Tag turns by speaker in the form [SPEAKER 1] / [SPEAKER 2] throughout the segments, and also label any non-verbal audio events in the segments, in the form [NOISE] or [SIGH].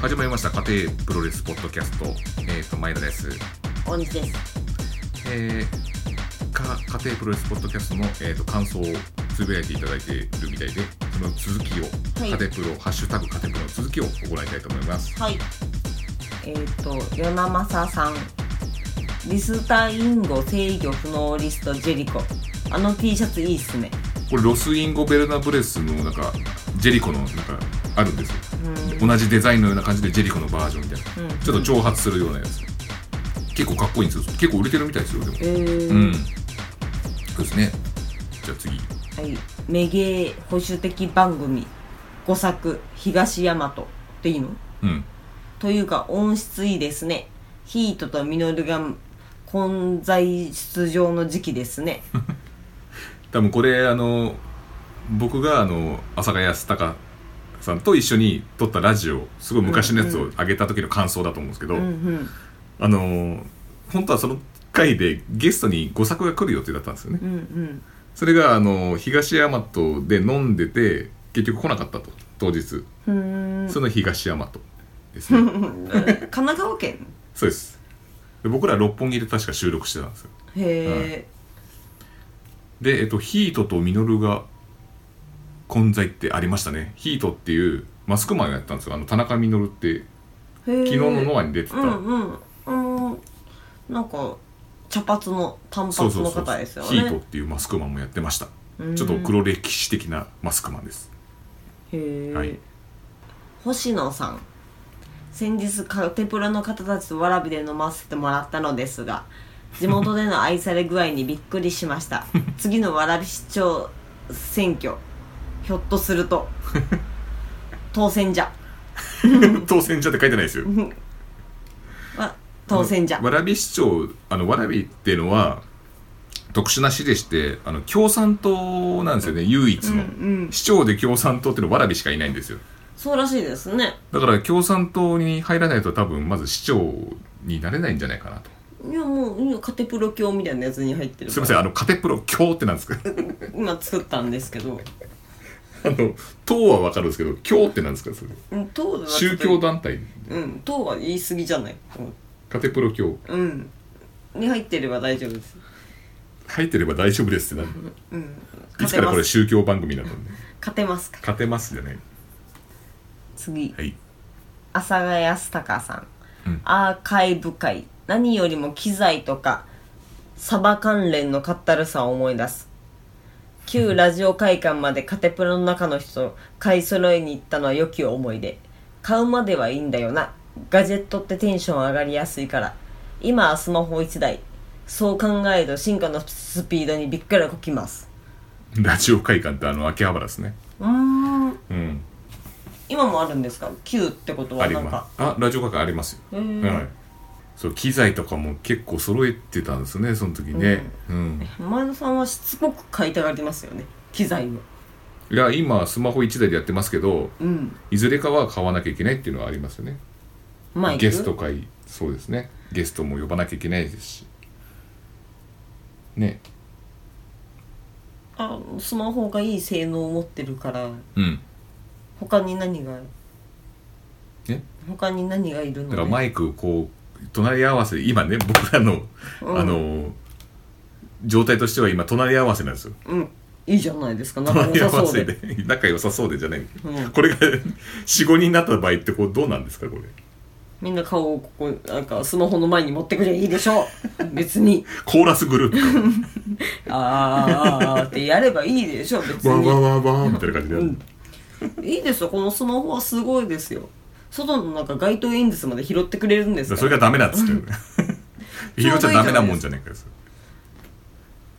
[SPEAKER 1] 始まりました家庭プロレスポッドキャスト、えー、と前田です、
[SPEAKER 2] 大西です。
[SPEAKER 1] えーか家庭プロレスポッドキャストの、えー、と感想をつぶやいていただいているみたいでその続きを、
[SPEAKER 2] はい
[SPEAKER 1] 家庭プロハッシュタグ家庭プロの続きを行いたいと思います
[SPEAKER 2] はい。えっ、と、ヨナマサさん。リスタインゴ制御不能リストジェリコ。あの T シャツいいっすね。
[SPEAKER 1] これロスインゴ・ベルナブレスのなんかジェリコのなんかあるんですよ
[SPEAKER 2] うん。
[SPEAKER 1] 同じデザインのような感じでジェリコのバージョンみたいな
[SPEAKER 2] うん、
[SPEAKER 1] ちょっと挑発するようなやつ結構かっこいいんですよ結構売れてるみたいですよでも
[SPEAKER 2] えー
[SPEAKER 1] うんそうですねじゃあ次
[SPEAKER 2] はい。メゲー保守的番組。五作東大和。でいいの
[SPEAKER 1] うん
[SPEAKER 2] というか音質いいですね。ヒートとミノルが混在出場の時期ですね。
[SPEAKER 1] 多分これあの僕があの朝ヶ谷康隆さんと一緒に撮ったラジオすごい昔のやつを上げた時の感想だと思うんですけど、
[SPEAKER 2] うんうん。
[SPEAKER 1] あの本当はその回でゲストに5作が来る予定だったんですよね
[SPEAKER 2] うんうん。
[SPEAKER 1] それがあの東大和で飲んでて結局来なかったと当日
[SPEAKER 2] ふーん。
[SPEAKER 1] その東大和です
[SPEAKER 2] [LAUGHS]
[SPEAKER 1] ね
[SPEAKER 2] 神奈川県
[SPEAKER 1] そうですで僕ら六本木で確か収録してたんですよ
[SPEAKER 2] へえ、
[SPEAKER 1] で、えっと、ヒートとミノルが混在ってありましたねヒートっていうマスクマンをやったんですよあの田中ミノルって
[SPEAKER 2] へえ
[SPEAKER 1] 昨日のノ
[SPEAKER 2] ア
[SPEAKER 1] アに出てた、
[SPEAKER 2] うんうんうんなんか茶髪の短
[SPEAKER 1] そう
[SPEAKER 2] 髪
[SPEAKER 1] そう
[SPEAKER 2] の
[SPEAKER 1] そう
[SPEAKER 2] 方ですよね
[SPEAKER 1] ヒートっていうマスクマンもやってました
[SPEAKER 2] うん
[SPEAKER 1] ちょっと黒歴史的なマスクマンです
[SPEAKER 2] へえ、
[SPEAKER 1] はい
[SPEAKER 2] 星野さん先日カテプロの方たちとわらびで飲ませてもらったのです
[SPEAKER 1] [LAUGHS]
[SPEAKER 2] が地元での愛され具合にびっくりしました次のわらび市長選挙ひょっとする
[SPEAKER 1] [LAUGHS]
[SPEAKER 2] と当選じゃ
[SPEAKER 1] 当選者って書いてないですよ
[SPEAKER 2] わ当選じゃ
[SPEAKER 1] わらび市長あのわらびっていうのは特殊な市でしてあの共産党なんですよね唯一
[SPEAKER 2] うん
[SPEAKER 1] の、
[SPEAKER 2] うん
[SPEAKER 1] 市長で共産党っていうのはわらびしかいないんですよ
[SPEAKER 2] そうらしいですね
[SPEAKER 1] だから共産党に入らないと多分まず市長になれないんじゃないかなと
[SPEAKER 2] いやもういやカテプロ教みたいなやつに入ってる
[SPEAKER 1] すい
[SPEAKER 2] か
[SPEAKER 1] ま
[SPEAKER 2] ら
[SPEAKER 1] せんあのカテプロ教ってな
[SPEAKER 2] [LAUGHS]
[SPEAKER 1] んですか
[SPEAKER 2] 今作ったんですけど
[SPEAKER 1] あの党はわかるんですけど教ってなんですかそれ
[SPEAKER 2] うん党は
[SPEAKER 1] 宗教団体
[SPEAKER 2] うん党は言い過ぎじゃない
[SPEAKER 1] カテプロ教
[SPEAKER 2] うんに入ってれば大丈夫です
[SPEAKER 1] 入ってれば大丈夫ですってなる
[SPEAKER 2] うん
[SPEAKER 1] いつから
[SPEAKER 2] 勝て
[SPEAKER 1] これ
[SPEAKER 2] ます
[SPEAKER 1] 宗教番組なのね
[SPEAKER 2] 勝てますか
[SPEAKER 1] 勝てますじゃない
[SPEAKER 2] 次
[SPEAKER 1] はい
[SPEAKER 2] 阿佐ヶ谷康隆さん、
[SPEAKER 1] うん
[SPEAKER 2] アーカイブ界何よりも機材とかサバ関連のかったるさを思い出す旧ラジオ会館までカテプロの中の人と買い揃えに行ったのは良き思い出買うまではいいんだよなガジェットってテンション上がりやすいから今はスマホ1台そう考えると進化のスピードにびっくらこきます
[SPEAKER 1] ラジオ会館ってあの秋葉原ですね
[SPEAKER 2] うーん
[SPEAKER 1] うん
[SPEAKER 2] 今もあるんですか旧ってこと
[SPEAKER 1] あ
[SPEAKER 2] は
[SPEAKER 1] り
[SPEAKER 2] なん
[SPEAKER 1] ま
[SPEAKER 2] か
[SPEAKER 1] すあラジオ会館ありますよ
[SPEAKER 2] へー
[SPEAKER 1] はいそう機材とかも結構揃えてたんですねその時ねうん
[SPEAKER 2] 前田さんはしつこく買いたがりますよね機材を
[SPEAKER 1] いや今スマホ1台でやってますけど
[SPEAKER 2] うん
[SPEAKER 1] いずれかは買わなきゃいけないっていうのはありますよね
[SPEAKER 2] マイク
[SPEAKER 1] ゲスト会そうですねゲストも呼ばなきゃいけないですしね
[SPEAKER 2] あスマホがいい性能を持ってるから
[SPEAKER 1] うん
[SPEAKER 2] 他に何が
[SPEAKER 1] え
[SPEAKER 2] 他に何がいるの
[SPEAKER 1] だからマイクをこう隣り合わせで今ね僕らの、
[SPEAKER 2] うん
[SPEAKER 1] あの状態としては今隣り合わせなんですよ
[SPEAKER 2] うんいいじゃないですかなんか
[SPEAKER 1] 隣
[SPEAKER 2] 良
[SPEAKER 1] り合
[SPEAKER 2] さ
[SPEAKER 1] わ
[SPEAKER 2] そう
[SPEAKER 1] せ
[SPEAKER 2] で
[SPEAKER 1] で仲良さそうでじゃない、
[SPEAKER 2] うん
[SPEAKER 1] これが45人になった場合ってこうどうなんですかこれ
[SPEAKER 2] みんな顔をここなんかスマホの前に持ってくれいいでしょう別に
[SPEAKER 1] コーラスグ
[SPEAKER 2] [LAUGHS]
[SPEAKER 1] ループ
[SPEAKER 2] あーあーあーってやればいいでしょう別
[SPEAKER 1] かわわ
[SPEAKER 2] に
[SPEAKER 1] わわみたいな感じでやる、
[SPEAKER 2] うんいいですよこのスマホはすごいですよ外のなんか街頭演説まで拾ってくれるんです
[SPEAKER 1] だから
[SPEAKER 2] から
[SPEAKER 1] それがダメなんですけど
[SPEAKER 2] ち
[SPEAKER 1] [LAUGHS] ね
[SPEAKER 2] ょうどいいじ
[SPEAKER 1] 拾
[SPEAKER 2] ゃない
[SPEAKER 1] っちゃダメなもんじゃないかです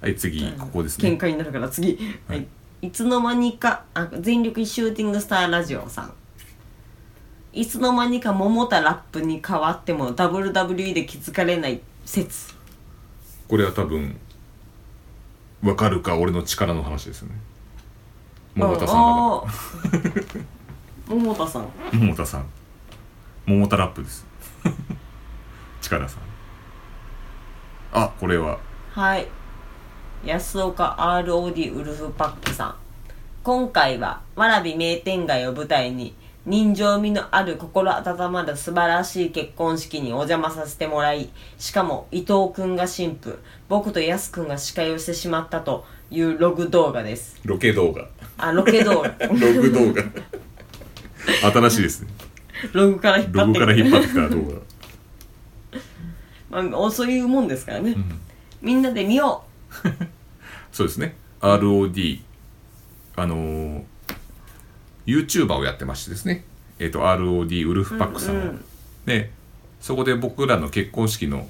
[SPEAKER 1] はい次ここですね
[SPEAKER 2] 喧嘩になるから次、
[SPEAKER 1] は
[SPEAKER 2] はいい、いつの間にかあ全力シューティングスターラジオさんいつの間にか桃田ラップに変わっても WWE で気づかれない説
[SPEAKER 1] これは多分わかるか俺の力の話ですよね桃田さんだか
[SPEAKER 2] あ
[SPEAKER 1] [LAUGHS]
[SPEAKER 2] ー桃田さん
[SPEAKER 1] ら桃田さん桃田ラップです [LAUGHS] 力さんあこれは
[SPEAKER 2] はい安岡 ROD ウルフパックさん今回はわらび名店街を舞台に人情味のある心温まる素晴らしい結婚式にお邪魔させてもらい、しかも伊藤くんが新婦、僕と安くんが司会をしてしまったというログ動画です。
[SPEAKER 1] ロケ動画
[SPEAKER 2] あ、ロケ動
[SPEAKER 1] [LAUGHS]
[SPEAKER 2] 画。
[SPEAKER 1] ログ動画新しいですね
[SPEAKER 2] ログから引っ張
[SPEAKER 1] ロ
[SPEAKER 2] っ
[SPEAKER 1] グ
[SPEAKER 2] て
[SPEAKER 1] から
[SPEAKER 2] く
[SPEAKER 1] 引っ
[SPEAKER 2] る
[SPEAKER 1] 張ってきた動画
[SPEAKER 2] まあ、そういうもんですからね。みんなで見よ
[SPEAKER 1] そうですね ROD あのー、YouTuber をやってましてですねえっ、と ROD ウルフパックさんを、
[SPEAKER 2] うんうん
[SPEAKER 1] でそこで僕らの結婚式の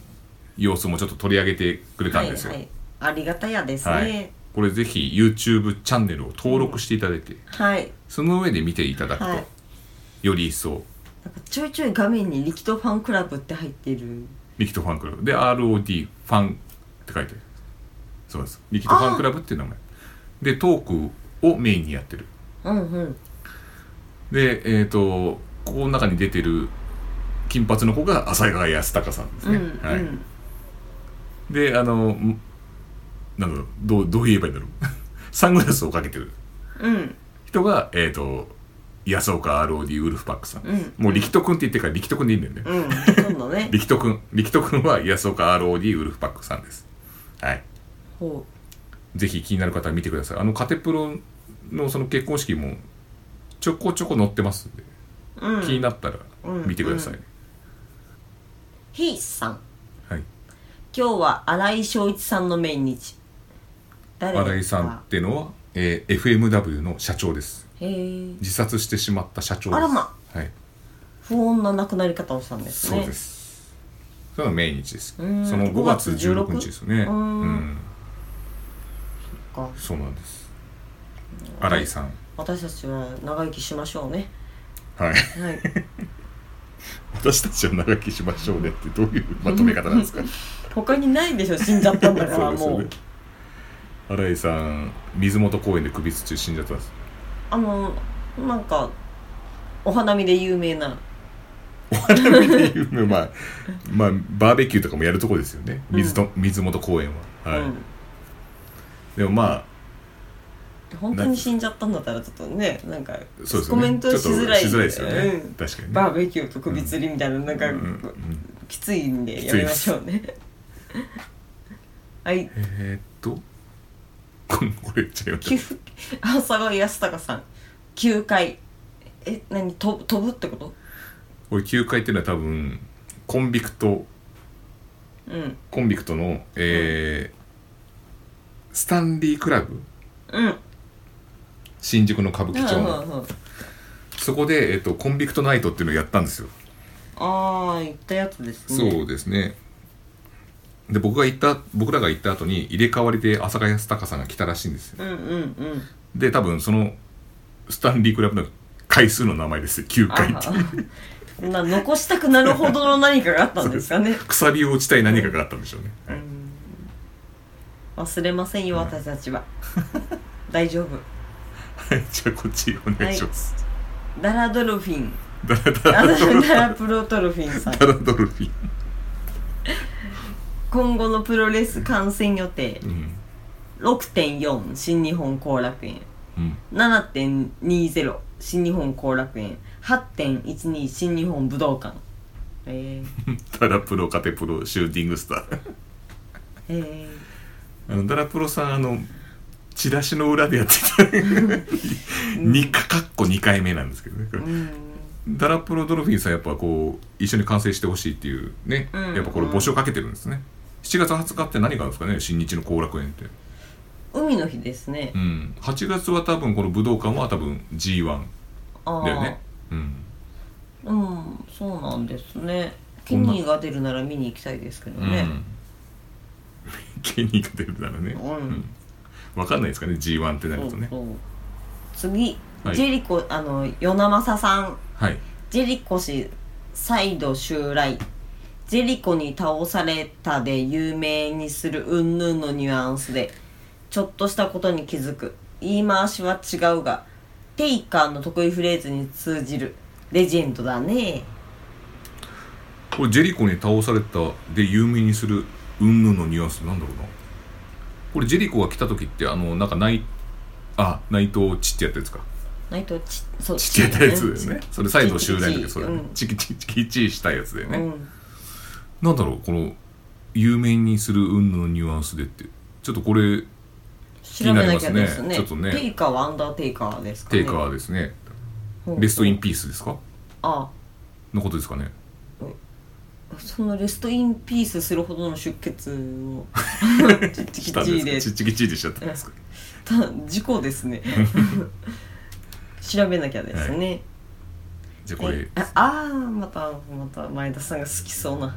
[SPEAKER 1] 様子もちょっと取り上げてくれ
[SPEAKER 2] う。
[SPEAKER 1] た
[SPEAKER 2] は
[SPEAKER 1] ん
[SPEAKER 2] い
[SPEAKER 1] ですよ、
[SPEAKER 2] はい。ありがたやです
[SPEAKER 1] はい
[SPEAKER 2] ね。
[SPEAKER 1] これぜひ YouTube チャンネルを登録していただいて、
[SPEAKER 2] はい。
[SPEAKER 1] その上で見ていただくと、
[SPEAKER 2] はい
[SPEAKER 1] より一層
[SPEAKER 2] なんかちょいちょい画面に力道ファンクラブって入ってる。
[SPEAKER 1] 力斗ファンクラブで ROD ファンって書いてあるそうです力斗ファンクラブっていう名前でトークをメインにやってる
[SPEAKER 2] うんうん。
[SPEAKER 1] でえっ、とここの中に出てる金髪の子が浅川康隆さんです
[SPEAKER 2] うん
[SPEAKER 1] ね、
[SPEAKER 2] うん。
[SPEAKER 1] はいであのんなんだろうどうどう言えばいいんだろう [LAUGHS] サングラスをかけてる
[SPEAKER 2] うん。
[SPEAKER 1] 人がえっ、と安岡 ROD ウルフパックさん、
[SPEAKER 2] うん
[SPEAKER 1] もう力斗くんって言ってから力斗くんでいいんだよね、
[SPEAKER 2] うん。ほとんどね。
[SPEAKER 1] 力斗くん力斗くんは安岡 ROD ウルフパックさんですはい
[SPEAKER 2] ほ
[SPEAKER 1] ぜひ気になる方は見てくださいあのカテプロのその結婚式もちょこちょこ載ってますんで、
[SPEAKER 2] う。うん。
[SPEAKER 1] 気になったら
[SPEAKER 2] うん
[SPEAKER 1] 見てください、
[SPEAKER 2] うひいさん。
[SPEAKER 1] はい
[SPEAKER 2] 今日は新井翔一さんの命日。誰ですか
[SPEAKER 1] 新井さんっていうのは、えー FMW の社長です
[SPEAKER 2] へえ。
[SPEAKER 1] 自殺してしまった社長です
[SPEAKER 2] あらま
[SPEAKER 1] はい、
[SPEAKER 2] 不穏な亡くなり方をしたんです
[SPEAKER 1] そ
[SPEAKER 2] ね。
[SPEAKER 1] うですそれが命日ですそ
[SPEAKER 2] うん
[SPEAKER 1] の5月16
[SPEAKER 2] 16
[SPEAKER 1] 日ですよね
[SPEAKER 2] うん
[SPEAKER 1] うん
[SPEAKER 2] か
[SPEAKER 1] そうなんです新井さん
[SPEAKER 2] 私たちは長生きしましょうね。
[SPEAKER 1] はい
[SPEAKER 2] はい。
[SPEAKER 1] 私たちは長生きしましょうねってどういうまとめ方な
[SPEAKER 2] [LAUGHS]
[SPEAKER 1] んですか
[SPEAKER 2] 他にないでしょ、死んじゃったんだか
[SPEAKER 1] そ
[SPEAKER 2] ら、
[SPEAKER 1] うです
[SPEAKER 2] も
[SPEAKER 1] よね
[SPEAKER 2] う。
[SPEAKER 1] 新井さん水元公園で首つ中死んじゃった
[SPEAKER 2] [LAUGHS]
[SPEAKER 1] んです
[SPEAKER 2] あの、なんか、お花見で有名な。
[SPEAKER 1] まあ、まあ、バーベキューとかもやるとこですよね水と、水元公園は、はい
[SPEAKER 2] うん
[SPEAKER 1] でもまあ
[SPEAKER 2] 本当に死んじゃったんだったらちょっとねなんか
[SPEAKER 1] そうですよね
[SPEAKER 2] コメントしづらい
[SPEAKER 1] ちょっとしづらいですよね、
[SPEAKER 2] うん
[SPEAKER 1] 確かにね
[SPEAKER 2] バーベキューと首吊りみたいな、なんか、
[SPEAKER 1] うんうん
[SPEAKER 2] きついんでやめましょうねはい
[SPEAKER 1] えー、っと [LAUGHS] ここれ言っちゃいま
[SPEAKER 2] 給
[SPEAKER 1] し
[SPEAKER 2] 付浅川康隆さん9回え何と飛ぶってこと
[SPEAKER 1] たこれ9回っていうのは多分コンビクト
[SPEAKER 2] うん
[SPEAKER 1] コンビクトのえースタンリークラブ
[SPEAKER 2] うん
[SPEAKER 1] 新宿の歌舞伎町
[SPEAKER 2] うん
[SPEAKER 1] の、
[SPEAKER 2] うんうん
[SPEAKER 1] そこで、えっと、コンビクトナイトっていうのをやったんですよ
[SPEAKER 2] ああ言ったやつですね
[SPEAKER 1] そうですね。で、僕が行った、僕らが行った後に入れ替わりで浅賀康隆さんが来たらしいんですよ。
[SPEAKER 2] うんうんうん
[SPEAKER 1] で、多分その、スタンリークラブの回数の名前ですよ。9
[SPEAKER 2] あ
[SPEAKER 1] 回って。
[SPEAKER 2] ー [LAUGHS] な残したくなるほどの何かがあったんですかね
[SPEAKER 1] くさびを打ちたい何かがあったんでしょうね。はい
[SPEAKER 2] 忘れませんよ私たちは大丈夫
[SPEAKER 1] はい、じゃあこっちお願いします。
[SPEAKER 2] ダラドルフィン
[SPEAKER 1] ダラダ
[SPEAKER 2] あ
[SPEAKER 1] ラドル、
[SPEAKER 2] ダラプロトルフィンさん
[SPEAKER 1] ダラドルフィン。
[SPEAKER 2] 今後のプロレス観戦予定
[SPEAKER 1] うん。
[SPEAKER 2] 6.4新日本後楽園
[SPEAKER 1] うん。
[SPEAKER 2] 7.20新日本後楽園8.12新日本武道館えー、
[SPEAKER 1] ダラプロ、カテプロ、シューティングスター。
[SPEAKER 2] え
[SPEAKER 1] [LAUGHS] あの、ダラプロさん、あの、チラシの裏でやってた。にか、かっこ2回目なんですけどね。これ
[SPEAKER 2] ー、うん
[SPEAKER 1] ダラプロドルフィンさんやっぱこう一緒に完成してほしいっていうね、
[SPEAKER 2] うん
[SPEAKER 1] やっぱこれ募集をかけてるんですね7月20日って何があるんですかね新日の後楽園って
[SPEAKER 2] 海の日ですね
[SPEAKER 1] うん8月は多分この武道館は多分 G1
[SPEAKER 2] ああ
[SPEAKER 1] だよねうん
[SPEAKER 2] うんそうなんですね
[SPEAKER 1] こ
[SPEAKER 2] キ
[SPEAKER 1] んな
[SPEAKER 2] ニーが出るなら見に行きたいですけど
[SPEAKER 1] うん、
[SPEAKER 2] ね、
[SPEAKER 1] ケニーが出るならね、
[SPEAKER 2] うん
[SPEAKER 1] 分かんないですかね G1 ってなるとね
[SPEAKER 2] そうそう次、
[SPEAKER 1] はい
[SPEAKER 2] ジェリコあの与那政さん
[SPEAKER 1] はい
[SPEAKER 2] ジェリコ氏再度襲来ジェリコに倒されたで有名にする云々のニュアンスでちょっとしたことに気づく言い回しは違うがテイカーの得意フレーズに通じるレジェンドだね
[SPEAKER 1] これジェリコに倒されたで有名にする云々のニュアンスなんだろうなこれジェリコが来た時ってあのなんか内あ内藤ちってやったやつか
[SPEAKER 2] 内藤ちそう
[SPEAKER 1] ちっちゃいタイプだよねそれ再度襲来の時
[SPEAKER 2] ち
[SPEAKER 1] そうだね
[SPEAKER 2] うん
[SPEAKER 1] チキチキチキチしたやつだよ
[SPEAKER 2] う
[SPEAKER 1] ね、
[SPEAKER 2] ん
[SPEAKER 1] なんだろうこの有名にする云々のニュアンスでってちょっとこれ
[SPEAKER 2] 調べなきゃです
[SPEAKER 1] 気になりますね
[SPEAKER 2] ね
[SPEAKER 1] ちょっとね
[SPEAKER 2] テイカーはアンダーテイカーですかね
[SPEAKER 1] テイカーですね
[SPEAKER 2] ほう
[SPEAKER 1] レストインピースですか
[SPEAKER 2] あ
[SPEAKER 1] のことですかね
[SPEAKER 2] あそのレストインピースするほどの出血をちっち [LAUGHS] き
[SPEAKER 1] [LAUGHS] し
[SPEAKER 2] ち
[SPEAKER 1] たんです
[SPEAKER 2] で
[SPEAKER 1] [LAUGHS] かちっちきちいでしちゃったんですか
[SPEAKER 2] た事故ですね [LAUGHS] 調べなきゃですね、
[SPEAKER 1] じゃあこれ
[SPEAKER 2] えああーまたまた前田さんが好きそう
[SPEAKER 1] [LAUGHS]
[SPEAKER 2] な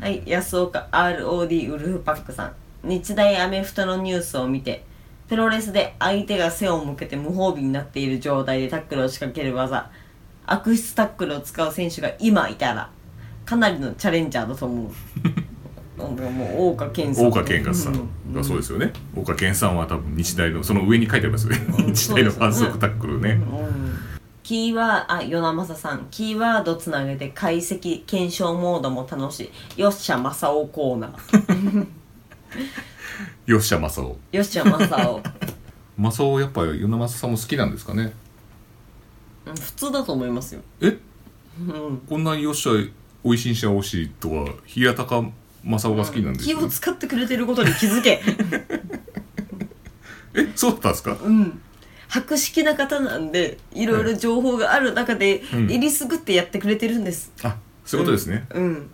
[SPEAKER 2] はい安岡 ROD ウルフパックさん日大アメフトのニュースを見てプロレスで相手が背を向けて無防備になっている状態でタックルを仕掛ける技悪質タックルを使う選手が今いたらかなりのチャレンジャーだと思う
[SPEAKER 1] [LAUGHS]
[SPEAKER 2] なんかもう大岡健さん
[SPEAKER 1] 大岡健勝さんがそうですよね大岡健さんは多分日大のその上に書いてありますよね [LAUGHS] 日大の反則タックルね
[SPEAKER 2] キーワード、あ、与那正さん。キーワードつなげて解析、検証モードも楽しい。よっしゃ、正雄コーナー。
[SPEAKER 1] よっしゃ正雄
[SPEAKER 2] よっしゃ、正
[SPEAKER 1] [LAUGHS]
[SPEAKER 2] 雄。
[SPEAKER 1] 正雄やっぱ与那正さんも好きなんですかね
[SPEAKER 2] うん普通だと思いますよ。
[SPEAKER 1] え
[SPEAKER 2] うん。
[SPEAKER 1] こんなによっしゃおいしんしゃおいしいとは平高正雄が好きなんです
[SPEAKER 2] 気
[SPEAKER 1] よ
[SPEAKER 2] を使ってくれてることに気づ
[SPEAKER 1] [LAUGHS]
[SPEAKER 2] け。
[SPEAKER 1] えそうだったんですか
[SPEAKER 2] うん。博識な方なんで、いろいろ情報がある中で、
[SPEAKER 1] うん
[SPEAKER 2] えりすぐってやってくれてるんです。
[SPEAKER 1] あそういうことですね、
[SPEAKER 2] うん。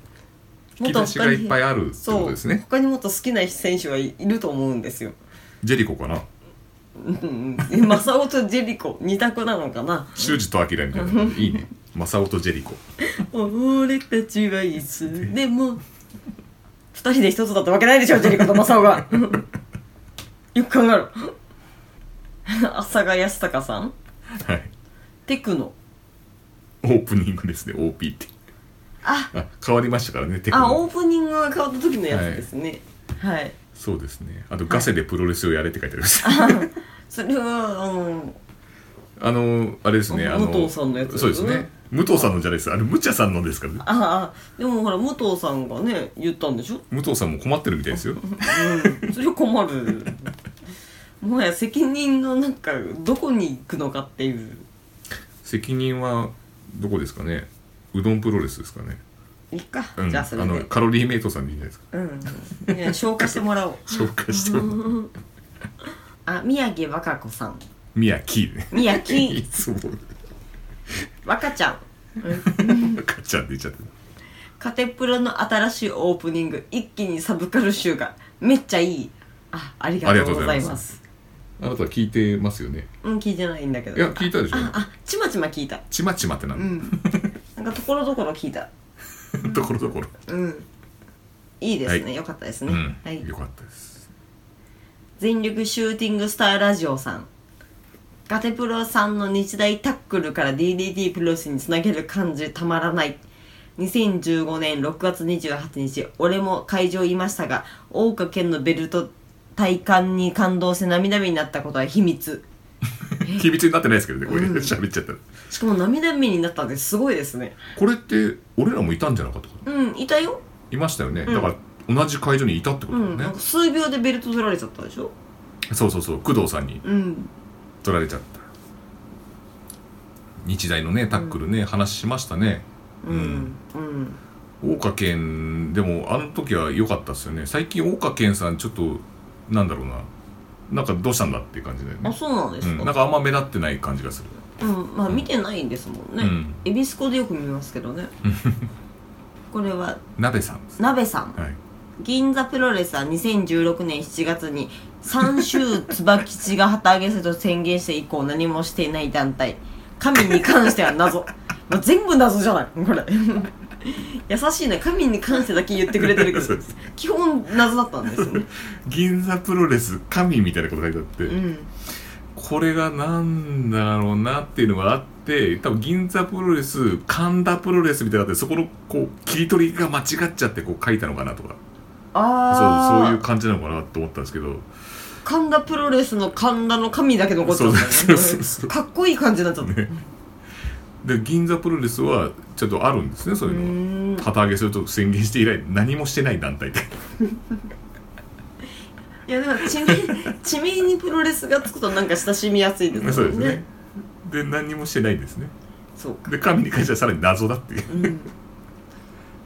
[SPEAKER 1] 引き出しがいっぱい
[SPEAKER 2] ある
[SPEAKER 1] あるってこ
[SPEAKER 2] そ
[SPEAKER 1] と
[SPEAKER 2] う
[SPEAKER 1] ですね
[SPEAKER 2] 他にもっと好きな選手はいいると思うんですよ。
[SPEAKER 1] ジェリコかな
[SPEAKER 2] うんうん。正雄とジェリコ、二択なのかな。
[SPEAKER 1] 修二と明みたいな感じでいいね正雄とジェリコ
[SPEAKER 2] 俺たちはいつでも二人で一つだったわけないでしょジェリコとマサオが [LAUGHS] よく考えろ浅賀康隆さん
[SPEAKER 1] はい
[SPEAKER 2] テクノ
[SPEAKER 1] オープニングですね OP って
[SPEAKER 2] あ
[SPEAKER 1] あ変わりましたからねテク
[SPEAKER 2] あ
[SPEAKER 1] ノ
[SPEAKER 2] オープニングが変わった時のやつですねはい、
[SPEAKER 1] そうですねあとガセでプロレスをやれって書いてあります
[SPEAKER 2] それはあの
[SPEAKER 1] [LAUGHS] あのあれですね
[SPEAKER 2] あ
[SPEAKER 1] あの
[SPEAKER 2] 武藤さんのやつ
[SPEAKER 1] そうですね武藤さんのじゃないですあれむちゃさんのですからね
[SPEAKER 2] ああでもほら武藤さんがね言ったんでしょ
[SPEAKER 1] 武藤さんも困ってるみたいですよ
[SPEAKER 2] うんそれは困るもはや責任のなんかどこに行くのかっていう
[SPEAKER 1] 責任はどこですかねうどんプロレスですかね、
[SPEAKER 2] いいか、
[SPEAKER 1] うん、
[SPEAKER 2] じゃあそれで
[SPEAKER 1] のカロリーメイトさんでいいんじゃないですか
[SPEAKER 2] うん、いや消化してもらおう
[SPEAKER 1] 紹介してもらう
[SPEAKER 2] あ宮城和歌子さん
[SPEAKER 1] 宮城ね
[SPEAKER 2] 宮
[SPEAKER 1] い [LAUGHS]
[SPEAKER 2] 城
[SPEAKER 1] つも
[SPEAKER 2] 和歌ちゃん
[SPEAKER 1] 赤ちゃん出ちゃってる
[SPEAKER 2] カテプロの新しいオープニング一気にサブカル集がめっちゃいいあありがとうござ
[SPEAKER 1] ありがとうござ
[SPEAKER 2] い
[SPEAKER 1] い
[SPEAKER 2] ま
[SPEAKER 1] ますあなたは聞いてますよね
[SPEAKER 2] うん聞いてないんだけど
[SPEAKER 1] いや聞いたでしょ
[SPEAKER 2] ああちまちま聞いた
[SPEAKER 1] ちまちまってな
[SPEAKER 2] うんんなんかところどころ聞いた
[SPEAKER 1] だ、 [LAUGHS] ところどころ、
[SPEAKER 2] うんいいですね、
[SPEAKER 1] はい
[SPEAKER 2] よかったです
[SPEAKER 1] う
[SPEAKER 2] ね、
[SPEAKER 1] ん
[SPEAKER 2] はい
[SPEAKER 1] よかったです
[SPEAKER 2] 全力シューティングスターラジオさんガテプロさんの日大タックルから DDT プロレスにつなげる感じたまらない2015年6月28日俺も会場いましたが大岡健のベルト体感に感動して涙目になったことは秘密
[SPEAKER 1] 秘密になってないですけどねこれ
[SPEAKER 2] うん
[SPEAKER 1] 喋、っちゃったら
[SPEAKER 2] しかも涙目になったってすごいですね
[SPEAKER 1] これって俺らもいたんじゃなかったかな
[SPEAKER 2] うんいたよ
[SPEAKER 1] いましたよね、だから同じ会場にいたってこ
[SPEAKER 2] う
[SPEAKER 1] とだよ
[SPEAKER 2] ん
[SPEAKER 1] ね
[SPEAKER 2] なん、か数秒でベルト取られちゃったでしょ
[SPEAKER 1] そうそうそう工藤さんに
[SPEAKER 2] うん
[SPEAKER 1] 取られちゃった日大のねタックルね、話しましたね
[SPEAKER 2] うんうん
[SPEAKER 1] 大岡健でもあの時は良かったですよね最近大岡健さんちょっとなんだろうななんかどうしたんだっていう感じだよ
[SPEAKER 2] あ
[SPEAKER 1] ね、
[SPEAKER 2] そうなんで
[SPEAKER 1] う
[SPEAKER 2] す
[SPEAKER 1] ん、
[SPEAKER 2] か、
[SPEAKER 1] なんかあんま目立ってない感じがする
[SPEAKER 2] うん、まあ見てないんですもんね、
[SPEAKER 1] うん
[SPEAKER 2] エビスコでよく見ますけどねこれは
[SPEAKER 1] 鍋さんです
[SPEAKER 2] 鍋さん
[SPEAKER 1] はい
[SPEAKER 2] 銀座プロレスは2016年7月に三州椿吉が旗揚げすると宣言して以降何もしていない団体神に関しては謎、 [LAUGHS] まあ、全部謎じゃないこれ [LAUGHS] 優しいね神に関してだけ言ってくれてるけ
[SPEAKER 1] [LAUGHS] そ
[SPEAKER 2] ど
[SPEAKER 1] うです
[SPEAKER 2] 基本謎だったんですよ
[SPEAKER 1] [LAUGHS]
[SPEAKER 2] ね
[SPEAKER 1] 銀座プロレス神みたいなこと書いてあって、
[SPEAKER 2] うん
[SPEAKER 1] これがなんだろうなっていうのがあって多分銀座プロレス神田プロレスみたいなのがあってそこのこう切り取りが間違っちゃってこう書いたのかなとか
[SPEAKER 2] あ
[SPEAKER 1] そう
[SPEAKER 2] あ
[SPEAKER 1] そういう感じなのかなと思ったんですけど
[SPEAKER 2] 神田プロレスの神田の神だけ残っちゃったよ
[SPEAKER 1] そうそうそうそ
[SPEAKER 2] ね
[SPEAKER 1] う
[SPEAKER 2] [LAUGHS] かっこいい感じになっちゃった、
[SPEAKER 1] ねで銀座プロレスはちょっとあるんですねそう
[SPEAKER 2] う
[SPEAKER 1] いう
[SPEAKER 2] ー
[SPEAKER 1] のは
[SPEAKER 2] ん
[SPEAKER 1] 旗揚げすると宣言して以来何もしてない団体って
[SPEAKER 2] いやでも地名地名にプロレスがつくとなんか親しみやすいです
[SPEAKER 1] そうですねで何もしてないんですね
[SPEAKER 2] そうか
[SPEAKER 1] で神に関してはさらに謎だっていう
[SPEAKER 2] うん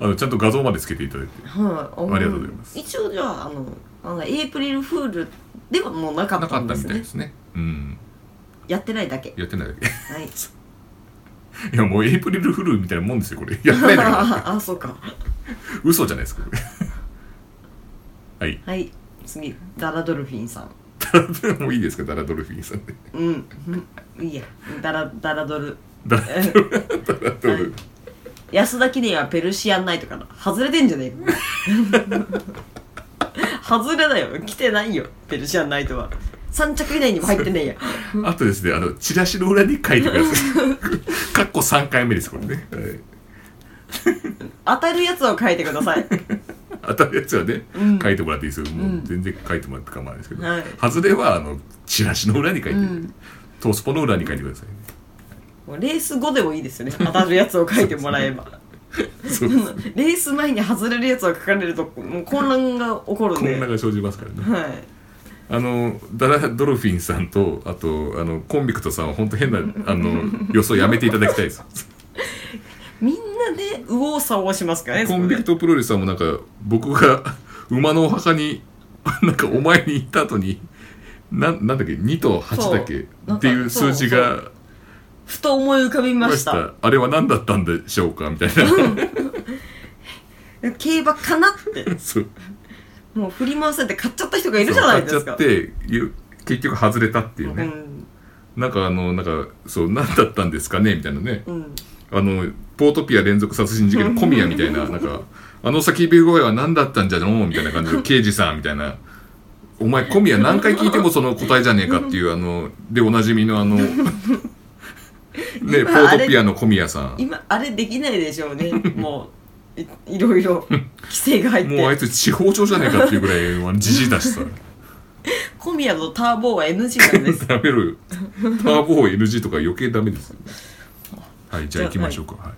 [SPEAKER 1] あのちゃんと画像までつけていただいて
[SPEAKER 2] はい、
[SPEAKER 1] ありがとうございます
[SPEAKER 2] 一応じゃああのあのエイプリルフールではもうなか
[SPEAKER 1] な
[SPEAKER 2] っ
[SPEAKER 1] か
[SPEAKER 2] た
[SPEAKER 1] っ
[SPEAKER 2] ん
[SPEAKER 1] た
[SPEAKER 2] で
[SPEAKER 1] み
[SPEAKER 2] す
[SPEAKER 1] たい
[SPEAKER 2] ね
[SPEAKER 1] ですねうん
[SPEAKER 2] やってないだけ
[SPEAKER 1] やってないだけ
[SPEAKER 2] はい
[SPEAKER 1] いやもうエイプリルフールみたいなもんですよこれやってないだ [LAUGHS] けだから
[SPEAKER 2] [LAUGHS] ああそうか
[SPEAKER 1] 嘘じゃないですかこれはい
[SPEAKER 2] はい次ダラドルフィンさん
[SPEAKER 1] もういいですかダラドルフィンさんで
[SPEAKER 2] うんうんいいやダラダラドル
[SPEAKER 1] ダ
[SPEAKER 2] [LAUGHS]
[SPEAKER 1] ラドルダラドル、
[SPEAKER 2] 安田記念はペルシアンナイトから外れてんじゃねえか [LAUGHS] 外れだよ来てないよペルシアンナイトは3着以内にも入ってねえや
[SPEAKER 1] あとですね、あの、チラシの裏に書いてください。かっこ3回目です、これね。はい
[SPEAKER 2] 当たるやつを書いてください
[SPEAKER 1] 当たるやつはね、
[SPEAKER 2] うん
[SPEAKER 1] 書いてもらっていいですよ。もううん全然書いてもらって構わないですけど。
[SPEAKER 2] はい
[SPEAKER 1] 外れは、あの、チラシの裏に書いて、
[SPEAKER 2] うん
[SPEAKER 1] トースポの裏に書いてくださいね、
[SPEAKER 2] もうレース後でもいいですよね当たるやつを書いてもらえば
[SPEAKER 1] そうです。
[SPEAKER 2] レース前に外れるやつを書かれるともう混乱が起こるん
[SPEAKER 1] こ
[SPEAKER 2] で
[SPEAKER 1] んなが生じますからね。
[SPEAKER 2] はい
[SPEAKER 1] あの、ダラドルフィンさんと、あと、あの、コンビクトさんは本当変な、あの、予想やめていただきたいです。
[SPEAKER 2] みんなで右往左往しますからね
[SPEAKER 1] コンビク
[SPEAKER 2] そこ
[SPEAKER 1] トプロレスさんもなんか僕が [LAUGHS] 馬のお墓に [LAUGHS] なんかお前に行った後になんなんだっけ2と8だっけ
[SPEAKER 2] そうなんか
[SPEAKER 1] っていう数字が
[SPEAKER 2] でふと思い浮かびました
[SPEAKER 1] あれは何だったんでしょうかみたい
[SPEAKER 2] [LAUGHS]
[SPEAKER 1] な
[SPEAKER 2] 競馬かなって
[SPEAKER 1] そう
[SPEAKER 2] もう振り回されて買っちゃった人がいるじゃないです
[SPEAKER 1] 買
[SPEAKER 2] か
[SPEAKER 1] っちゃってゆ結局外れたっていう
[SPEAKER 2] う
[SPEAKER 1] ね、
[SPEAKER 2] ん
[SPEAKER 1] なんかあのなんかそう何だったんですかねみたいなね
[SPEAKER 2] うん
[SPEAKER 1] あのポートピア連続殺人事 [LAUGHS] 件の小宮みたいななんかあの叫び声は何だったんじゃのうみたいな感じで刑事さんみたいなお前小宮何回聞いてもその答えじゃねえかっていうあのでおなじみの [LAUGHS] あのね
[SPEAKER 2] 今
[SPEAKER 1] ポートピアの小宮さんも
[SPEAKER 2] 今あれできないでしょうねもういいろいろ規制が入っ
[SPEAKER 1] うあい
[SPEAKER 2] て
[SPEAKER 1] つ地方庁じゃねえかっていうぐらいあのじじいだしさ
[SPEAKER 2] 小宮のターボーは NG なんです
[SPEAKER 1] [LAUGHS] ダメろよターボー NG とか余計ダメですよはいじゃあ行きましょうかはい、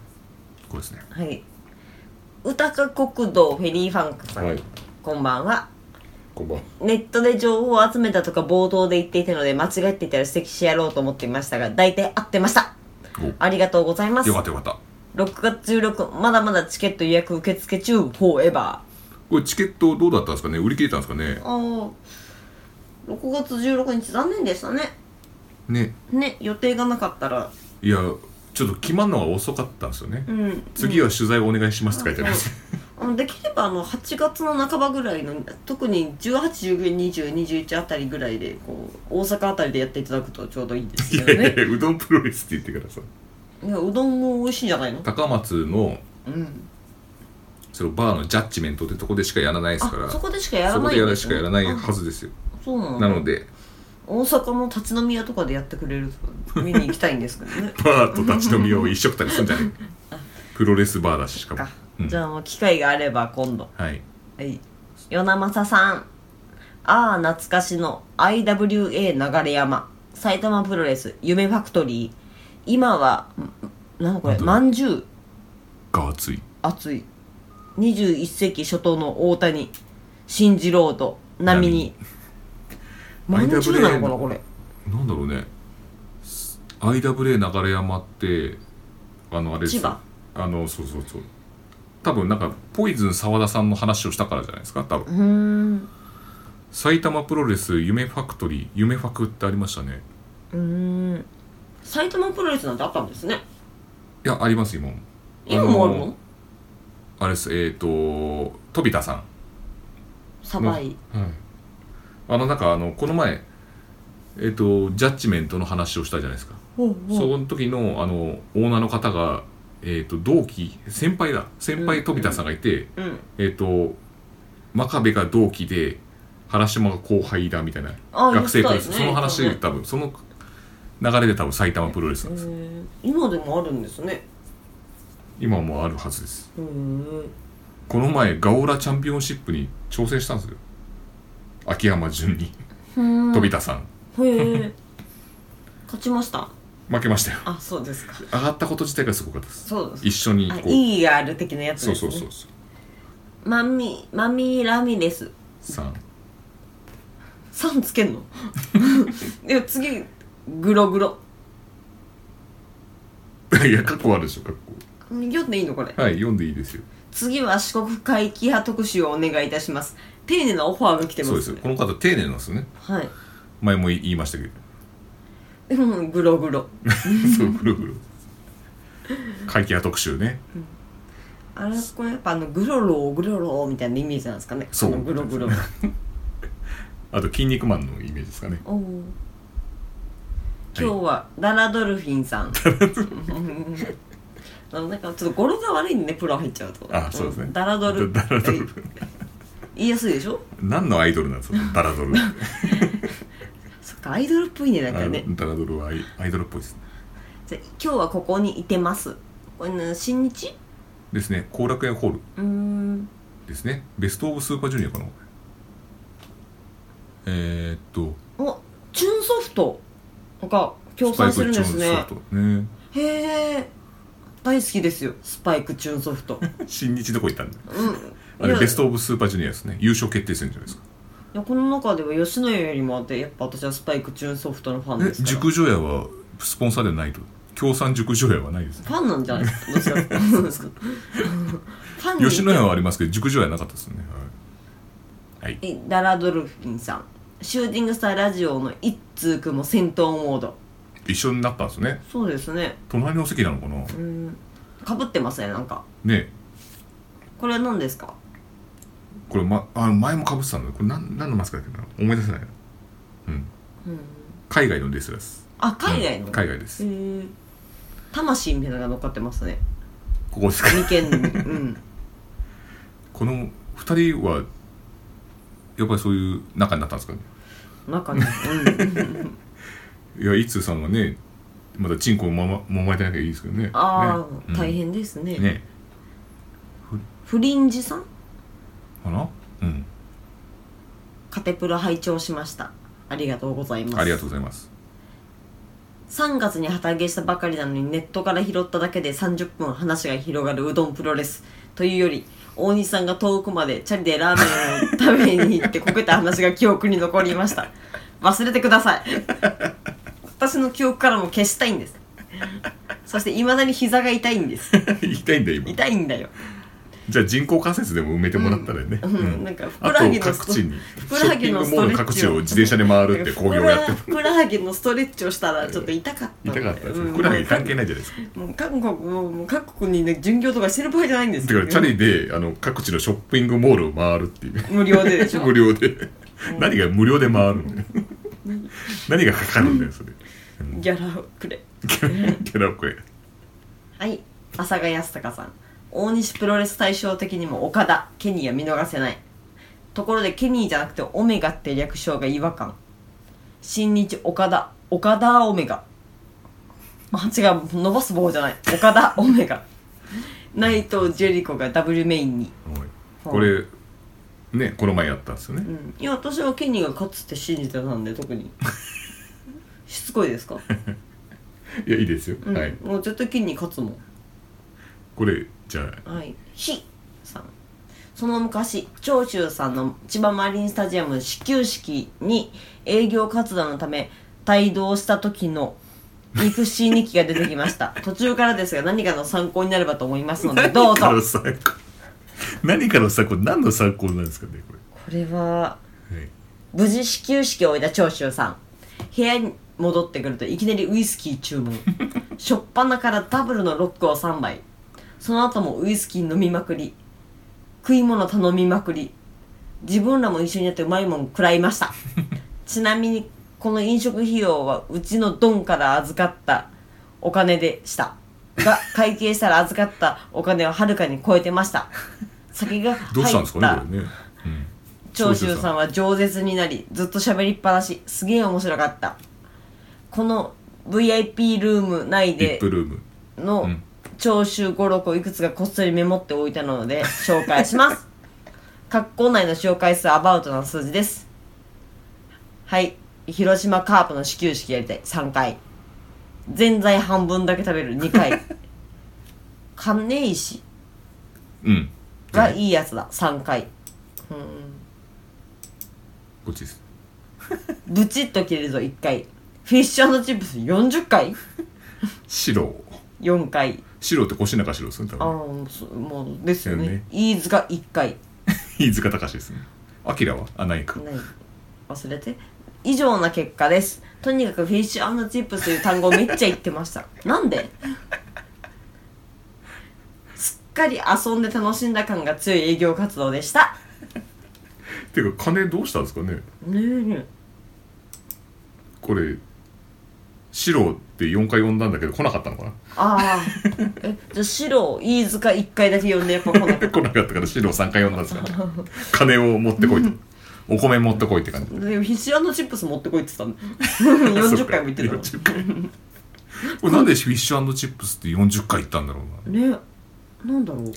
[SPEAKER 1] こうですね
[SPEAKER 2] はい歌か国道フェリーファンクさん、
[SPEAKER 1] はい
[SPEAKER 2] こんばんは
[SPEAKER 1] こんばんは
[SPEAKER 2] ネットで情報を集めたとか冒頭で言っていたので間違っていたら指摘してやろうと思っていましたが大体合ってましたありがとうございま
[SPEAKER 1] お
[SPEAKER 2] す
[SPEAKER 1] よか
[SPEAKER 2] 6
[SPEAKER 1] ったよかった
[SPEAKER 2] 月16まだまだチケット予約受付中フォーエバ
[SPEAKER 1] これチケットどうだったんですかね売り切れたんですかね
[SPEAKER 2] ーああ6月16日残念でしたね
[SPEAKER 1] ね
[SPEAKER 2] ね予定がなかったら
[SPEAKER 1] いやちょっと決まるのが遅かったんですよね、
[SPEAKER 2] うん
[SPEAKER 1] 次は取材をお願いしますって書いてあります、
[SPEAKER 2] あのできればあの8月の半ばぐらいの特に18192021あたりぐらいでこう大阪あたりでやっていただくとちょうどいいですよ
[SPEAKER 1] [LAUGHS] いやい
[SPEAKER 2] ね
[SPEAKER 1] やうどんプロレスって言ってください
[SPEAKER 2] いやうどんも美味しいんじゃないの
[SPEAKER 1] 高松の
[SPEAKER 2] うん
[SPEAKER 1] そのバーのジャッジメントってとこでしかやらないですから
[SPEAKER 2] あそこでしかやら
[SPEAKER 1] そこ
[SPEAKER 2] ない
[SPEAKER 1] でや
[SPEAKER 2] ん
[SPEAKER 1] ら
[SPEAKER 2] で
[SPEAKER 1] し
[SPEAKER 2] す
[SPEAKER 1] か
[SPEAKER 2] ね
[SPEAKER 1] やらないはずですよ、
[SPEAKER 2] あそうなの
[SPEAKER 1] なので
[SPEAKER 2] 大阪の立ち飲み屋とかでやってくれると見に行きたいんですけどね
[SPEAKER 1] バーと立ち飲みを一緒くたにするんじゃないプロレスバー [LAUGHS] だししかも
[SPEAKER 2] か、
[SPEAKER 1] うん
[SPEAKER 2] じゃあもう機会があれば今度
[SPEAKER 1] はい
[SPEAKER 2] はい与那政さんああ懐かしの IWA 流山埼玉プロレス夢ファクトリー今はんなんだこれ
[SPEAKER 1] 本当だ
[SPEAKER 2] まんじゅう
[SPEAKER 1] が熱い
[SPEAKER 2] 熱い21世紀初頭の大谷新次郎と波にまんじゅうなのかなこれ
[SPEAKER 1] なんだろうね IWA 流山ってあのあれですよ
[SPEAKER 2] 千葉
[SPEAKER 1] あのそうそうそう多分なんかポイズン澤田さんの話をしたからじゃないですか多分
[SPEAKER 2] うーんう
[SPEAKER 1] 埼玉プロレス夢ファクトリー夢ファクってありましたね
[SPEAKER 2] ーん埼玉プロレスなんてあったんですね
[SPEAKER 1] いやあります今も
[SPEAKER 2] 今もあるの、
[SPEAKER 1] のあれですえっ、ー、と飛田さん
[SPEAKER 2] サバイ
[SPEAKER 1] はいあのなんかあのこの前えっ、とジャッジメントの話をしたじゃないですか
[SPEAKER 2] ほう
[SPEAKER 1] その時のあのオーナーの方が、えー、と同期先輩だ先輩飛田さんがいて、
[SPEAKER 2] うん
[SPEAKER 1] えっ、と真壁が同期で原島が後輩だみたいな
[SPEAKER 2] あ
[SPEAKER 1] 学生プロレス、
[SPEAKER 2] 言って
[SPEAKER 1] そ
[SPEAKER 2] たよ
[SPEAKER 1] の
[SPEAKER 2] ね
[SPEAKER 1] 話で、
[SPEAKER 2] 言って
[SPEAKER 1] 多分その流れで多分埼玉プロレスなんです、
[SPEAKER 2] へー今でもあるんですね
[SPEAKER 1] 今もあるはずです
[SPEAKER 2] へー
[SPEAKER 1] この前ガオラチャンピオンシップに挑戦したんですよ秋山純に
[SPEAKER 2] うん
[SPEAKER 1] 飛田さん
[SPEAKER 2] へえ勝ちました
[SPEAKER 1] 負けましたよ
[SPEAKER 2] あそうですか
[SPEAKER 1] 上がったこと自体がすごかったです
[SPEAKER 2] そうです
[SPEAKER 1] 一緒にこ
[SPEAKER 2] あ
[SPEAKER 1] う
[SPEAKER 2] 意義がある的なやつ
[SPEAKER 1] そう
[SPEAKER 2] です
[SPEAKER 1] そ
[SPEAKER 2] ね
[SPEAKER 1] うそうそう
[SPEAKER 2] マミマミラミレス
[SPEAKER 1] さん
[SPEAKER 2] [LAUGHS] さんつけんので次グログロ
[SPEAKER 1] [LAUGHS] いや、過去あるでしょ、過
[SPEAKER 2] 読んでいいのこれ
[SPEAKER 1] 去。はい、読んでいいですよ。
[SPEAKER 2] 次は四国回帰派特集をお願いいたします丁寧なオファーが来てま
[SPEAKER 1] そう
[SPEAKER 2] す
[SPEAKER 1] ですよ。この方、丁寧なんですよね。
[SPEAKER 2] はい
[SPEAKER 1] 前も言いました
[SPEAKER 2] [LAUGHS]
[SPEAKER 1] けど。
[SPEAKER 2] でもグログロ
[SPEAKER 1] そう、ぐるぐる。会計派特集ね。
[SPEAKER 2] あれこれやっぱあのグロローグロローみたいなイメージなんですかね
[SPEAKER 1] そう
[SPEAKER 2] あのグログロ
[SPEAKER 1] あと、筋肉マンのイメージですかね。
[SPEAKER 2] おお今日はダラドルフィンさんうんあのなんかちょっと語呂が悪いんでねプロ入っちゃうと
[SPEAKER 1] あそうですね
[SPEAKER 2] んダラドル
[SPEAKER 1] ダラドル。
[SPEAKER 2] 言いやすいでしょ
[SPEAKER 1] 何のアイドルなんですか、ダラドル。
[SPEAKER 2] そっかアイドルっぽいねなんかね
[SPEAKER 1] あのダラドルはアイアイドルっぽいですね。
[SPEAKER 2] じゃあ今日はここにいてますこれね新日
[SPEAKER 1] ですね、後楽園ホール
[SPEAKER 2] うーん
[SPEAKER 1] ですね。ベストオブスーパージュニアかな。これえー、っと、
[SPEAKER 2] おチューンソフトが協賛してるんです
[SPEAKER 1] スパイ
[SPEAKER 2] ね
[SPEAKER 1] クチョンソフトね。
[SPEAKER 2] へえ大好きですよスパイクチューンソフト
[SPEAKER 1] [LAUGHS] 新日どこ行ったんだよ
[SPEAKER 2] うん
[SPEAKER 1] [LAUGHS] あれ
[SPEAKER 2] いや
[SPEAKER 1] ベストオブスーパージュニアですね優勝決定戦じゃないですか
[SPEAKER 2] いやこの中では吉野家よりもあってやっぱ私はスパイクチューンソフトのファン
[SPEAKER 1] え
[SPEAKER 2] ですから
[SPEAKER 1] 熟女屋はスポンサーではないと協賛熟女屋はないですね
[SPEAKER 2] ファンなんじゃないですかどうしたファンに
[SPEAKER 1] [LAUGHS] 吉野家はありますけど熟女屋はなかったですねはい、はい、
[SPEAKER 2] えダラドルフィンさんシューティングスターラジオの一通くんも戦闘モード
[SPEAKER 1] 一緒になったんですね
[SPEAKER 2] そうですね
[SPEAKER 1] 隣の席なのかな
[SPEAKER 2] うんかぶってますねなんか
[SPEAKER 1] ね
[SPEAKER 2] これは何ですか
[SPEAKER 1] これ、ま、あ前もかぶってたんだこれ何何のマスクだっけな思い出せないなうん
[SPEAKER 2] うん
[SPEAKER 1] 海外のレスラーです
[SPEAKER 2] あ海外の、
[SPEAKER 1] うん海外です
[SPEAKER 2] へー魂みたいなのが乗っかってますね
[SPEAKER 1] ここですか
[SPEAKER 2] 眉間にうん
[SPEAKER 1] この2人はやっぱりそういう仲になったんですかね
[SPEAKER 2] 中に
[SPEAKER 1] [LAUGHS]
[SPEAKER 2] うん
[SPEAKER 1] いやいつさんがねまだチンコをもまもまれてなきゃいいですけどね
[SPEAKER 2] ああ、
[SPEAKER 1] ね
[SPEAKER 2] 大
[SPEAKER 1] うん
[SPEAKER 2] 変ですね
[SPEAKER 1] ね
[SPEAKER 2] フリンジさん
[SPEAKER 1] かなうん
[SPEAKER 2] カテプロ拝聴しましたありがとうございます
[SPEAKER 1] ありがとうございます
[SPEAKER 2] 3月に旗揚げしたばかりなのにネットから拾っただけで30分話が広がるうどんプロレスというより大西さんが遠くまでチャリでラーメンを食べに行ってこけた話が記憶に残りました忘れてください私の記憶からも消したいんですそしていまだに膝が痛いんです
[SPEAKER 1] [LAUGHS] 行きたいんだよ今
[SPEAKER 2] 痛いんだよ
[SPEAKER 1] じゃあ人工関節でも埋めてもらったらね、
[SPEAKER 2] うんうんなんかふく
[SPEAKER 1] あ
[SPEAKER 2] らはぎ
[SPEAKER 1] と
[SPEAKER 2] の
[SPEAKER 1] 各地に
[SPEAKER 2] ふくらはぎの
[SPEAKER 1] ショッピングモールの各地を自転車で回るって興行をやってる
[SPEAKER 2] ふくらはぎのストレッチをしたらちょっと痛かった
[SPEAKER 1] 痛かったです
[SPEAKER 2] うん
[SPEAKER 1] ふくらはぎ関係ないじゃないですか
[SPEAKER 2] もう韓国ももう各国にね巡業とかしてる場合じゃないんです
[SPEAKER 1] だからチャリであの各地のショッピングモールを回るっていう
[SPEAKER 2] 無料ででしょ
[SPEAKER 1] [LAUGHS] 無料で何が無料で回るんだよ何がかかるんだよそれ
[SPEAKER 2] ギャラをくれ
[SPEAKER 1] キャラクエ
[SPEAKER 2] はい浅賀康隆さん大西プロレス対象的にも岡田ケニーは見逃せないところでケニーじゃなくてオメガって略称が違和感新日岡田岡田オメガあ違う伸ばす棒じゃない岡田オメガ内藤ジェリコがダブルメインに、
[SPEAKER 1] これねこの前やったんですよ
[SPEAKER 2] う
[SPEAKER 1] ね
[SPEAKER 2] ん、いや私はケニーが勝つって信じてたんで特 [LAUGHS] にしつこいですか
[SPEAKER 1] いやいいですよ、
[SPEAKER 2] うん
[SPEAKER 1] はい
[SPEAKER 2] もう絶対金に勝つも
[SPEAKER 1] これじゃあ
[SPEAKER 2] んはい「ひ」さんその昔長州さんの千葉マリンスタジアム始球式に営業活動のため帯同した時の肉親日記が出てきま [LAUGHS] した途中からですが何かの参考になればと思いますのでどう
[SPEAKER 1] 何か
[SPEAKER 2] ぞ
[SPEAKER 1] の参考 [LAUGHS] 何かの参考何の参考なんですかねこ
[SPEAKER 2] これは
[SPEAKER 1] れ、はい
[SPEAKER 2] 無事始球式を終えた長州さん部屋に戻ってくるといきなりウイスキー注
[SPEAKER 1] [LAUGHS]
[SPEAKER 2] 文しょっぱなからダブルのロックを3杯その後もウイスキー飲みまくり食い物頼みまくり自分らも一緒になってうまいもん食らいました
[SPEAKER 1] [LAUGHS]
[SPEAKER 2] ちなみにこの飲食費用はうちのドンから預かったお金でした
[SPEAKER 1] [LAUGHS]
[SPEAKER 2] が会計したら預かったお金をはるかに超えてました酒が入った
[SPEAKER 1] どうしたんですかねこれね、うん
[SPEAKER 2] 長州さんは饒舌になりずっと喋りっぱなしすげえ面白かったこの VIP ルーム内
[SPEAKER 1] リッ
[SPEAKER 2] で
[SPEAKER 1] プルーム
[SPEAKER 2] の
[SPEAKER 1] ん
[SPEAKER 2] 長州語録をいくつかこっそりメモっておいたので紹介します
[SPEAKER 1] [LAUGHS]
[SPEAKER 2] 括弧内の紹介数アバウトな数字ですはい広島カープの始球式やりたい3回全財半分だけ食べる2回
[SPEAKER 1] [LAUGHS]
[SPEAKER 2] 金石
[SPEAKER 1] うん
[SPEAKER 2] がいいやつだ3回うん
[SPEAKER 1] こっちです
[SPEAKER 2] ブチッと切れるぞ1回フィッシュチップス40回
[SPEAKER 1] 白を
[SPEAKER 2] 4回
[SPEAKER 1] 白って腰中白ですね多
[SPEAKER 2] ああ
[SPEAKER 1] 分
[SPEAKER 2] もうですよ
[SPEAKER 1] だよ
[SPEAKER 2] ね
[SPEAKER 1] ね
[SPEAKER 2] 飯塚1回
[SPEAKER 1] 飯塚隆ですねアキラはあないか
[SPEAKER 2] ない忘れて以上な結果ですとにかくフィッシュチップスという単語をめっちゃ言ってましたなんですっかり遊んで楽しんだ感が強い営業活動でした
[SPEAKER 1] ていうか金どうしたんですかね
[SPEAKER 2] ねえね
[SPEAKER 1] これ白って4回呼んだんだけど来なかったのかな [LAUGHS]
[SPEAKER 2] えああえじゃあ白飯塚1回だけ呼んでやっぱ来なかった
[SPEAKER 1] 来なかったから白を3回呼んだんですから [LAUGHS] 金を持ってこい [LAUGHS] とお米持ってこいって感じ
[SPEAKER 2] でも必死あのチップス持ってこいって言ってた
[SPEAKER 1] [LAUGHS]
[SPEAKER 2] の40回も言ってたの
[SPEAKER 1] 40回 [LAUGHS] これなんでフィッシュチップスって40回言ったんだろうな
[SPEAKER 2] ねなんだろう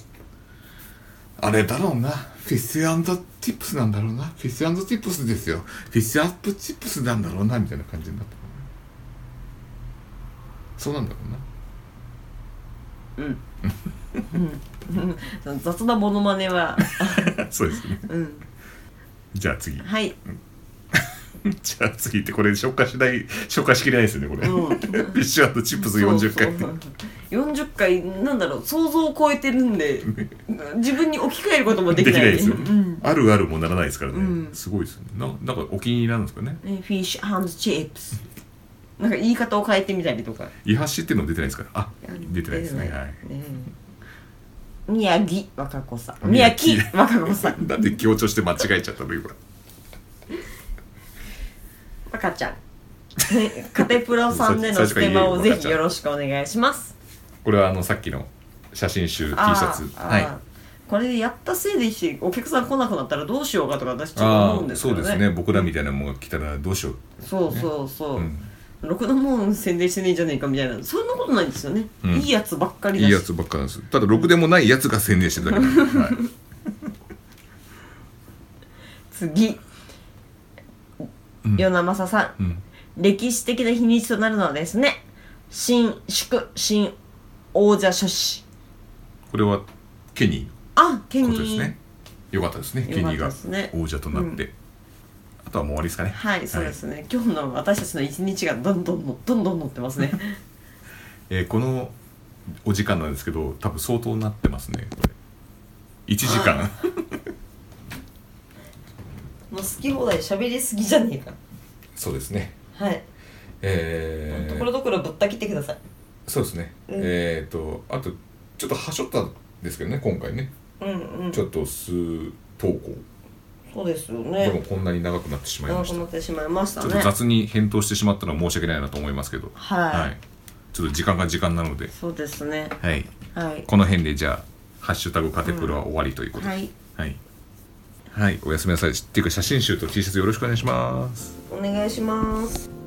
[SPEAKER 1] あれだろうな。フィッシュチップスなんだろうな。フィッシュチップスですよ。フィッシュチップスなんだろうな、みたいな感じになった。そうなんだろうな。
[SPEAKER 2] その雑なモノマネは [LAUGHS]
[SPEAKER 1] [LAUGHS] そうですね。
[SPEAKER 2] うん
[SPEAKER 1] じゃあ次。 [LAUGHS]
[SPEAKER 2] はい
[SPEAKER 1] じゃあ次ってこれ紹介しない、紹介しきれないですよね、これ。 [LAUGHS]
[SPEAKER 2] うん
[SPEAKER 1] フィッシュチップス40回って。
[SPEAKER 2] そうそうそう40回なんだろう想像を超えてるん
[SPEAKER 1] [LAUGHS]
[SPEAKER 2] で自分に置き換えることもで
[SPEAKER 1] で
[SPEAKER 2] き
[SPEAKER 1] き
[SPEAKER 2] な
[SPEAKER 1] ないいですよ、
[SPEAKER 2] うん
[SPEAKER 1] あるあるもならないですからね、
[SPEAKER 2] うん
[SPEAKER 1] すごいですよねななんかお気に入りなんですかね
[SPEAKER 2] ねフィッシュハンドチップスなんか言い方を変えてみたりとか
[SPEAKER 1] イハシっていうのも出てないですからあ出てないですね
[SPEAKER 2] 出て
[SPEAKER 1] は
[SPEAKER 2] ないね宮城若子さん宮
[SPEAKER 1] 宮城
[SPEAKER 2] 城若子さん
[SPEAKER 1] [LAUGHS] なんで強調して間違えちゃったの今
[SPEAKER 2] 赤
[SPEAKER 1] [LAUGHS]
[SPEAKER 2] ちゃんカテプロさんでのステマをぜひよろしくお願いします
[SPEAKER 1] これはあのさっきの写真集 T シ
[SPEAKER 2] あー
[SPEAKER 1] ャツ
[SPEAKER 2] あー
[SPEAKER 1] はい
[SPEAKER 2] これでやったせいでしお客さん来なくなったらどうしようかとか私ちょっと
[SPEAKER 1] あ
[SPEAKER 2] 思うん
[SPEAKER 1] ー
[SPEAKER 2] です
[SPEAKER 1] そ
[SPEAKER 2] よ
[SPEAKER 1] う
[SPEAKER 2] ね
[SPEAKER 1] ですね僕らみたいなもんが来たらどうしよう
[SPEAKER 2] そうそうそう、
[SPEAKER 1] うん
[SPEAKER 2] ろくなもん宣伝してねえじゃねえかみたいなそんなことないんですよね、
[SPEAKER 1] うん
[SPEAKER 2] いいやつばっかり
[SPEAKER 1] い
[SPEAKER 2] だし
[SPEAKER 1] いやつばっかなんですただろくでもないやつが宣伝してるだけなん
[SPEAKER 2] [LAUGHS]
[SPEAKER 1] で、はい、
[SPEAKER 2] 次
[SPEAKER 1] うん
[SPEAKER 2] 与那正さん、
[SPEAKER 1] うん
[SPEAKER 2] 歴史的な日にちとなるのはですね新祝新王者書士
[SPEAKER 1] これはケニ
[SPEAKER 2] あケ
[SPEAKER 1] ーの
[SPEAKER 2] ニ
[SPEAKER 1] ことです
[SPEAKER 2] ー、
[SPEAKER 1] ねよかったですねケ
[SPEAKER 2] よかっ
[SPEAKER 1] ニー
[SPEAKER 2] た
[SPEAKER 1] が
[SPEAKER 2] ですね
[SPEAKER 1] 王者となって、あとはもう終わりですかね
[SPEAKER 2] はいそうですね、今日の私たちの一日がどんどんのどんどん乗ってます
[SPEAKER 1] [LAUGHS]
[SPEAKER 2] ね
[SPEAKER 1] えーこのお時間なんですけど多分相当なってますねこれ1時間
[SPEAKER 2] もう好き放題喋りすぎじゃねえか
[SPEAKER 1] [LAUGHS] そうですね
[SPEAKER 2] はい、
[SPEAKER 1] えー
[SPEAKER 2] ところどころぶった切ってください
[SPEAKER 1] そうですね、
[SPEAKER 2] うん
[SPEAKER 1] えっ、とあとちょっとはしょったんですけどね今回ね
[SPEAKER 2] うんうん
[SPEAKER 1] ちょっと数投稿、
[SPEAKER 2] そうですよ
[SPEAKER 1] で
[SPEAKER 2] ね
[SPEAKER 1] もこんなに長くなってしまい
[SPEAKER 2] 長
[SPEAKER 1] ま
[SPEAKER 2] く
[SPEAKER 1] した
[SPEAKER 2] なってしまいました
[SPEAKER 1] ちょ
[SPEAKER 2] ね
[SPEAKER 1] っと雑に返答してしまったのは申し訳ないなと思いますけど
[SPEAKER 2] はい、
[SPEAKER 1] ちょっと時間が時間なので、
[SPEAKER 2] そうですね
[SPEAKER 1] はい、
[SPEAKER 2] はい
[SPEAKER 1] この辺でじゃあ「ハッシュタグカテプロ」は終わりということで、
[SPEAKER 2] はい
[SPEAKER 1] はい、はいおやすみなさいっていうか写真集と T シャツよろしくお願いします
[SPEAKER 2] お願いします